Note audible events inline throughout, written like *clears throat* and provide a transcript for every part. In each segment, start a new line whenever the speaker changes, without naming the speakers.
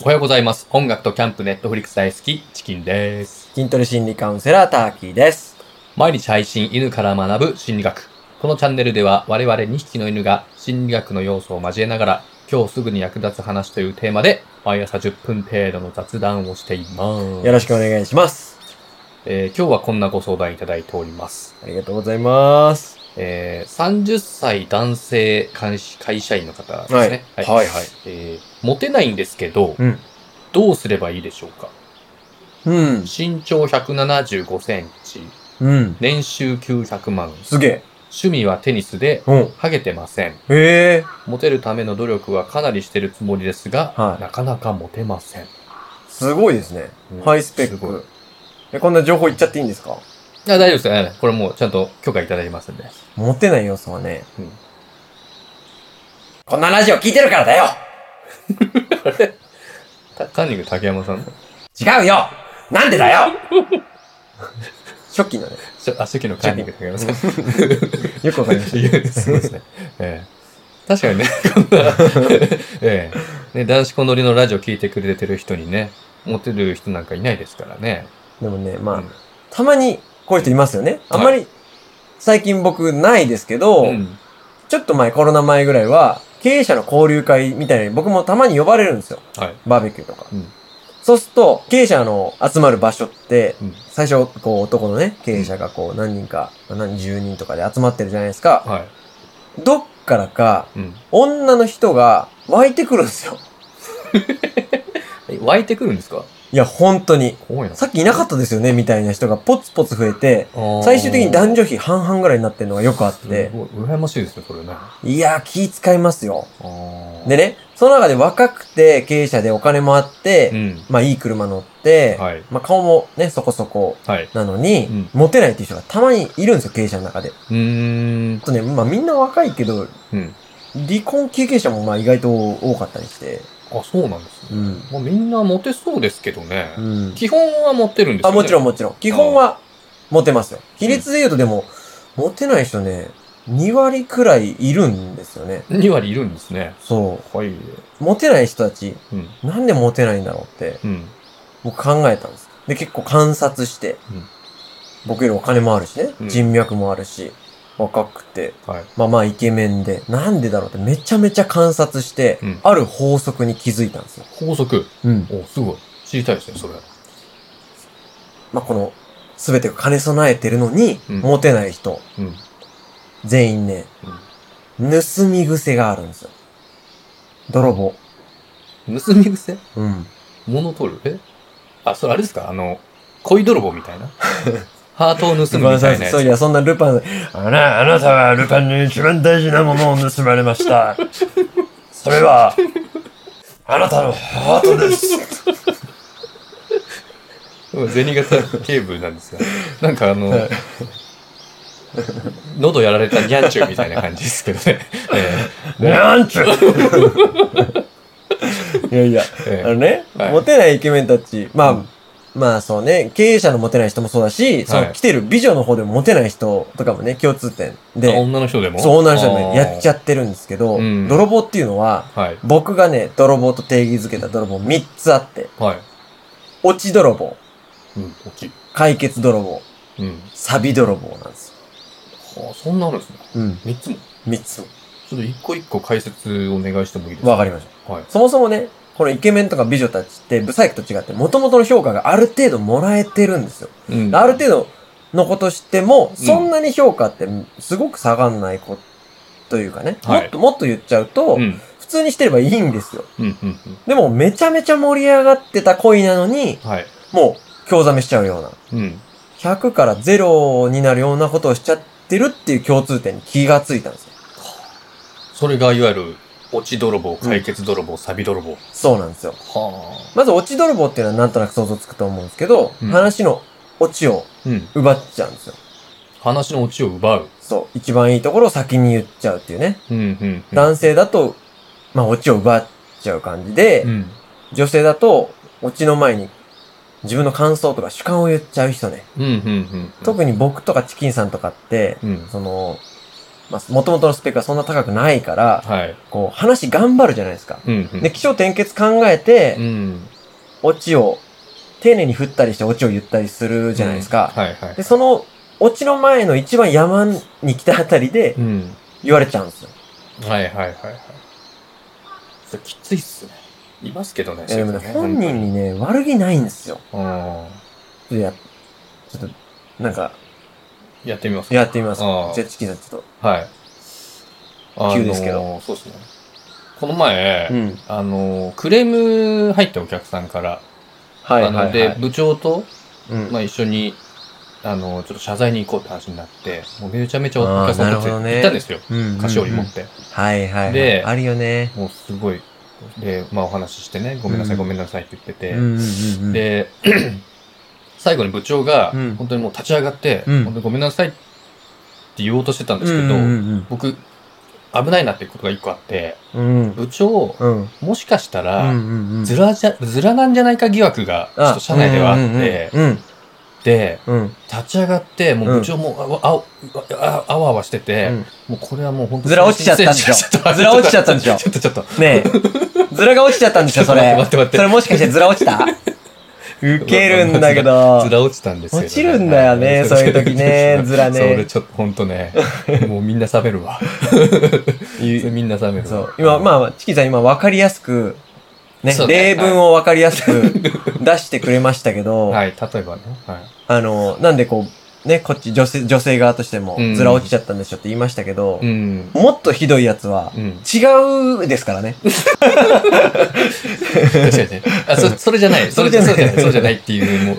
おはようございます。音楽とキャンプ、ネットフリックス大好き、チキンです。
筋トレ心理カウンセラーターキーです。
毎日配信、犬から学ぶ心理学。このチャンネルでは、我々2匹の犬が心理学の要素を交えながら、今日すぐに役立つ話というテーマで、毎朝10分程度の雑談をしています。
よろしくお願いします。
えー今日はこんなご相談いただいております。
ありがとうございます。
えー30歳男性会社会社員の方ですね。
はいはいはい
えーモテないんですけど、
うん
どうすればいいでしょうか
うん。
身長175センチ、
うん。
年収900万、
すげえ。
趣味はテニスで、
うん。
ハゲてません。
へえ。
モテるための努力はかなりしてるつもりですが、
はい
なかなかモテません。
すごいですね。
うん
ハイスペ
す
ッ
ごいい
ク。え、こんな情報言っちゃっていいんですか
や、大丈夫ですよ。これもうちゃんと許可いただきますんで。 *laughs*
モテない要素はね、
うん
こんなラジオ聞いてるからだよ
たカンニング竹山さんの。
違うよなんでだ
*laughs*
よ初期のね、
しょあ、初期のカンニング竹山さん。
よくわかりまし
いや *laughs* そうですね。ええ確かにね、こんな、 *laughs* ええね、男子子守りのラジオ聞いてくれてる人にね、モテる人なんかいないですからね。
た。でもね、
う
まあ
ん、
たまにこういう人いますよね。あんまり、最近僕ないですけど、
うん。
ちょっと前、コロナ前ぐらいは、経営者の交流会みたいなのに僕もたまに呼ばれるんですよ。
はい。
バーベキューとか。
うん
そうすると、経営者の集まる場所って、
うん。
最初、こう男のね、経営者がこう何人か、何十人とかで集まってるじゃないですか。
は
どっからか、
い。うん
女の人が湧いてくるんですよ。
え。湧いてくるんですか
いや、本当に。
怖いな。
さっきいなかったですよね、みたいな人がポツポツ増えて、最終的に男女比半々ぐらいになってるのがよくあっ
で。
て
す、ごい羨ましいですね、これね。
いやー、気使いますよ。
ね。
でね、その中で若くて経営者でお金もあって、
うん。
まあいい車乗って、
はい。
まあ顔もね、そこそこ
はい。
なのに、
うん
モテないっていう人がたまにいるんですよ、経営者の中で。
うーん
あ。とね、まあみんな若いけど、
うん。
離婚経験者もまあ意外と多かったりして。
あ、そうなんです
う
ね。
ん。
まあ、みんなモテそうですけどね。
うん。
基本はモテるんです
あ、
よね。
もちろんもちろん。基本はモテますよ。比率で言うとでも、モテない人ね、2割くらいいるんですよね。
2割いるんですね。
そ
はい。
う。モテない人たち、
うん。
なんでモテないんだろうって、
うん。
僕考えたんです。で、結構観察して、
うん
僕よりお金もあるしね、
うん
人脈もあるし、若くて、
はい。
まあまあイケメンで、なんでだろうってめちゃめちゃ観察して、
うん
ある法則に気づいたんですよ。
法則。
うん。
お、すごい。知りたいですね、それ。
まあこの、すべてが兼ね備えてるのに、
うん
モテない人、
うん。
全員ね、盗み癖があるんですよ。泥棒。
うん。盗み癖
うん。
物取るえあ、それあれですかあの、恋泥棒みたい
*laughs*
なハートを盗むみ
ごめんな
た
さ。
いないや
そうい
つ。
や、そんなルパン、あら、あなたはルパンに一番大事なものを盗まれま
*laughs*
した。それは、あなたのハートです。
うん銭形警部なんですが。 *laughs* なんかあの
はい、
*laughs* 喉やられたニャンチューみたいな感じですけど
*laughs*
ね。え
な
*laughs*
んちゅういやいや、
ええ
あのね、
はい
モテないイケメンたち、まあ、
うん
まあそうね、経営者のモテない人もそうだし、そ
はい
の来てる美女の方でもモテない人とかもね、共通点
えあ
で、
女の人でも
そう女の人もねやっち
ゃ
ゃってるんですけど
うん、
泥棒っていうのは、
はい。
僕がね、泥棒と定義づけた泥棒3つあって、
はい。
落ち泥棒、
うん、大きい。
解決泥棒、
うん。
サビ泥棒なんですよ。
はあ、そんなあるんですね。
うん。
三つも。
3つ。
ちょっと一個一個解説お願いしてもいいですか
わかりました。
はい。
そもそもね、このイケメンとか美女たちって、ブサイクと違って、元々の評価がある程度もらえてるんですよ。
うん
ある程度のことしても、そんなに評価ってすごく下がんないこというかね。
はい
もっともっと言っちゃうと、
うん。
普通にしてればいいんですよ。
うん、うん、うん。
でも、めちゃめちゃ盛り上がってた恋なのに、
はい。
もう、興ざめしちゃうような。
うん。
100から0になるようなことをしちゃってるっていう共通点に気がついたんですよ。
それがいわゆる、落ち泥棒、解決泥棒、サビ泥棒。
そうなんですよ。
は
まず、落ち泥棒っていうのはなんとなく想像つくと思うんですけど、
うん
話の落ちを
あ。うん。
奪っちゃうんですよ。
話のオチを奪う。
そう。一番いいところを先に言っちゃうっていうね。
うん、うん。
男性だと、まあ、落ちを奪っちゃう感じで、
うん。
女性だと、落ちの前に自分の感想とか主観を言っちゃう人ね。
うん、うん、うん。
特に僕とかチキンさんとかって、
うん。
その、まあ、もともとのスペックはそんな高くないから、
はい。
こう、話頑張るじゃないですか。
うん、うん。
で、気象転結考えて、
うん。
オチを、丁寧に振ったりしてオチを言ったりするじゃないですか。
はいはい
で、。その、オチの前の一番山に来たあたりで
うん。
言われちゃうんですよ。
はいはいはいはい。それきついっすね。いますけどね。
えーでもね、
そういうのね
本人。にね、悪気ないんですよ。
うん。
ちょっとや、ちょっと、なんか、
やってみますか。
やってみます。じ
あ
ゃ
あ
あ、チキさんちょっ
はい。
急ですけど
あのー。そうですね。この前、
と。うん。
あのー、クレーム入ったお客さんから、
はいは
あの、
いは
で、
い。
部長と、
うん
まあ、一緒に、あの、ちょっと謝罪に行こうって話になって、もうめちゃめちゃお
あー
客さんた
なる
ち
ほどね
行ったんですよ。
うん
菓子折り持
も
って。
はいはいはい。
で
あるよね。
もうすごい。で、まあお話ししてね、ごめんなさい、
うん
ごめんなさいって言ってて。
うんうんうん。、
で、 *clears throat* 最後に部長が
うん、
本当にもう立ち上がって、
うん
本当にごめんなさいって言おうとしてたんで
う
すけ
ん
ど、
うん
僕、危ないなってことが一個あって、
うん。うん。
部長、
うん。
もしかした
う
ら、
んうんうん。
ずらじゃ、ずらなんじゃないか疑惑が、ちょっと社内ではあって、
うんうん
で、
うん。うん。
立ち上がって、もう部長もあわあわああわあわしてて、
うん
もうこれはもう本当
ずら落ちちゃったんでしょずら落ちちゃったんでし
*laughs*
ょ
ちょっとちょっと。
ねえ。ズラが落ちちゃったんですよ、それ。
ちょっと待って待って待って
それもしかしてズラ落ちたウケるんだけど
ず。ら落ちたんですよ、
落ちるんだよねそういう時ねずらね
*laughs* それちょっと本当
*laughs*
ね、もうみんな冷めるわ。それみんな冷める
そ
わ。
う。今、まあ、チキさん今分かりやすく、ね
そ、うね
例文を分かりやすく出してくれましたけど、
はい、例えばね。はい。
あの、なんでこう、ね、こっち女性、女性側としても
うん、
ずら落ちちゃったんでしょって言いましたけど
う、ん。
もっとひどいやつは、
うん。
違うですからね。
確かにね。あ、そ、それじゃない。それじゃ
*laughs* そ
そ
れ
うじゃな
じゃな
いい。そうじゃないっていう、もう、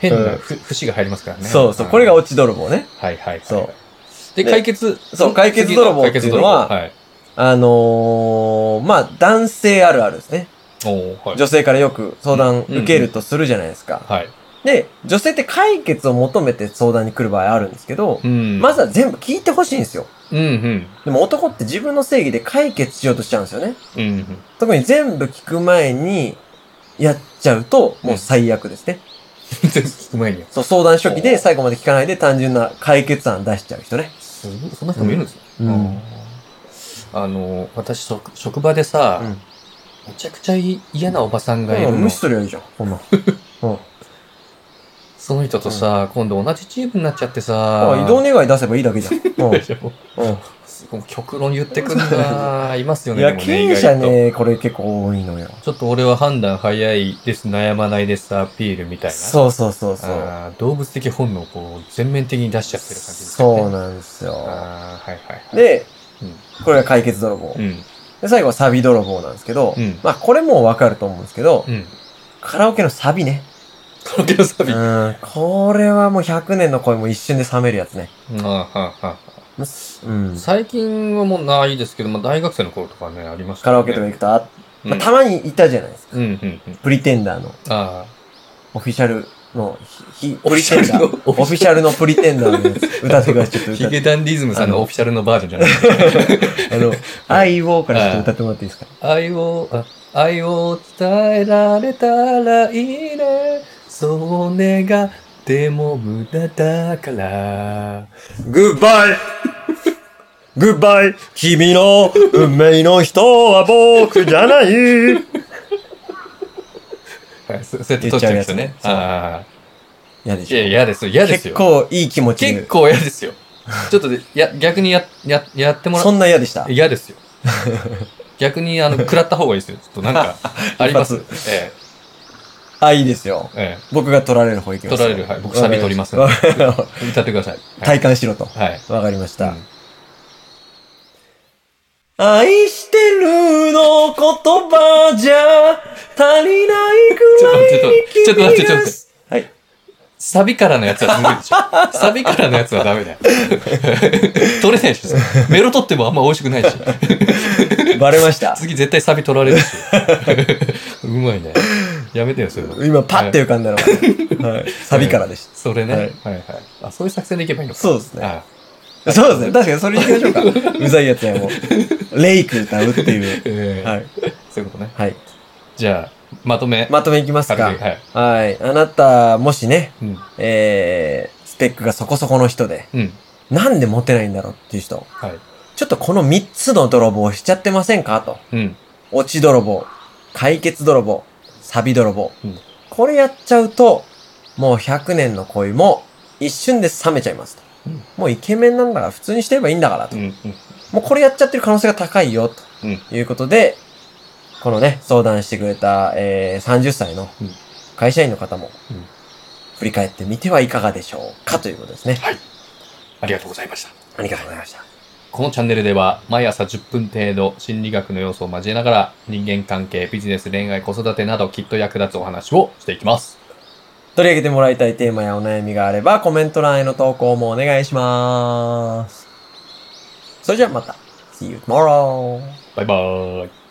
変
う
なんふ節が入りますからね。
そうそう。これが
はい
落ち泥棒ね。
はいはい。
そう。
で、
で
解決。
そう解決泥棒っていうのは
解決
あのー、まあ、男性あるあるですね。
泥棒はい。おーはい。
女性からよく相談受けるとするじゃないですか。
はい。
で、女性って解決を求めて相談に来る場合あるんですけど、
うん。
まずは全部聞いてほしいんですよ。
うんうん。
でも男って自分の正義で解決しようとしちゃうんですよね。
うん *laughs* うん。
特に全部聞く前にやっちゃうと、もう最悪ですね。
全然聞く前には。
そう、相談初期
お
で
う
最後まで聞かないで単純な解決案出しちゃう人ね。
すごい、そんな人もいるんですよ。
うんうん
あーあの、私、職職場でさ、
うん
めちゃくちゃい嫌なおばさんがいる
うん無
の
視。すりゃいいじゃん、こんなん。
*laughs*
うん。
その人とさ、今度同じチームになっちゃってさ、
あ移動願い出せばいいだけじゃん。うん。
でしょ
うん
すごい極論言ってくんだ。 *laughs* いますよ
い
ね。
や、
でも
経営者
意外と
ね、これ結構多いのよ。
ちょっと俺は判断早いです、悩まないです、アピールみたいな。
そうそうそうそう。
あー動物的本能をこう全面的に出しちゃってる感じですよね。
そうなんですよ。
あーはいはいはい。
で
うん、
これが解決泥棒
う。ん。
で、最後はサビ泥棒なんですけど
うん、
まあ、これもうわかると思うんですけど *laughs*
う、ん。
カラオケのサビね。
カラオケのサ
う
ビ。あ
ん、これはもう100年の恋も一瞬で冷めるやつね。
ーはーは
うん
ー。最近はもうないですけど、まあ大学生の頃とかね、ありました
カ
ね。
ラオケとか行くと、あ
うん
まあ、たまにいたじゃないです
う
か。
んうんうん。
プリテンダーの
あ
オフィシャルのひ、ひ
オ
プ
フィ
リ
シ
テ
ャ
ン
ル
ダ
の
ー。オフィシャルのプリテンダーのや
*laughs*
つ。歌ってください、ちょっと
あ。
歌
ヒ
っ
ゲ
て。
ダンディズムさん
あの
のオフィシャルのバージョンじゃな
*laughs*
い。
あの、愛をからちょっと歌ってもらっていいですか
愛を、あ愛を伝えられたらいいね。そう願っても無駄だから。
グッバイグッバイ君の運命の人は僕じゃない
はい、そそうやって撮っちゃうんですよね
言っ。ちゃう
あ
嫌で
あ。いや、
し
嫌ですよ。嫌
ょ
です
結
よ。
構いい気持ちに
結構嫌ですよ。ちょっとで、や、逆にや、や、やってもら
そんな嫌でした
嫌ですよ。逆に、あの、食らった方がいいですよ。ちょっとなん
*laughs*
か、あります。え
あ、いいですよ。
え、え
僕が取られる方行きます。
取られるはい僕サビ取ります
わかりました
え。歌ってください。はい。
*laughs* 体感しろと。
はい。
わかりまし
う
た
ん。
愛してるの言葉じゃ足りないくらいに君が
ちょっと待ってちょっと待ってちょっと待って
はい。
サビからのやつは無理でし
*laughs*
ょ。サビからのやつはダメだよ。取れないでしょ。メロ取ってもあんま美味しくないし。
バレました。
次絶対サビ取られるし。 *laughs* うまいね。やめてよ、それは。
今パッて浮かんだのが、はい、サビからでした。
それね。
は
はいいはい。あ、そういう作戦でいけばいいのか。
そうですね
あ
そうですね。確かにそれに行きましょうか。うざいやつや
*laughs*
もう。レイク歌うっていう。
えー
はい。
そういうことね。
はい。
じゃあ、まとめ。
まとめいきますか。
軽くはい。
はい。あなた、もしね、
うん。
えー、スペックがそこそこの人で、
うん。
なんでモテないんだろうっていう人。
はい。
ちょっとこの3つの泥棒しちゃってませんかと。
うん。
落ち泥棒、解決泥棒、サビ泥棒。
うん
これやっちゃうと、もう100年の恋も一瞬で冷めちゃいますと。
うん
もうイケメンなんだから普通にしてればいいんだからと。
うん。うん。
もうこれやっちゃってる可能性が高いよ、と
うん
いうことで、このね、相談してくれた、えー、30歳の
うん
会社員の方も
うん、
振り返ってみてはいかがでしょうかということですね。
ありがとうございました。
ありがとうございました。
このチャンネルでは毎朝10分程度心理学の要素を交えながら人間関係、ビジネス、恋愛、子育てなどきっと役立つお話をしていきます。
取り上げてもらいたいテーマやお悩みがあれば、コメント欄への投稿もお願いします。それじゃあまた。See you tomorrow!
バイバーイ。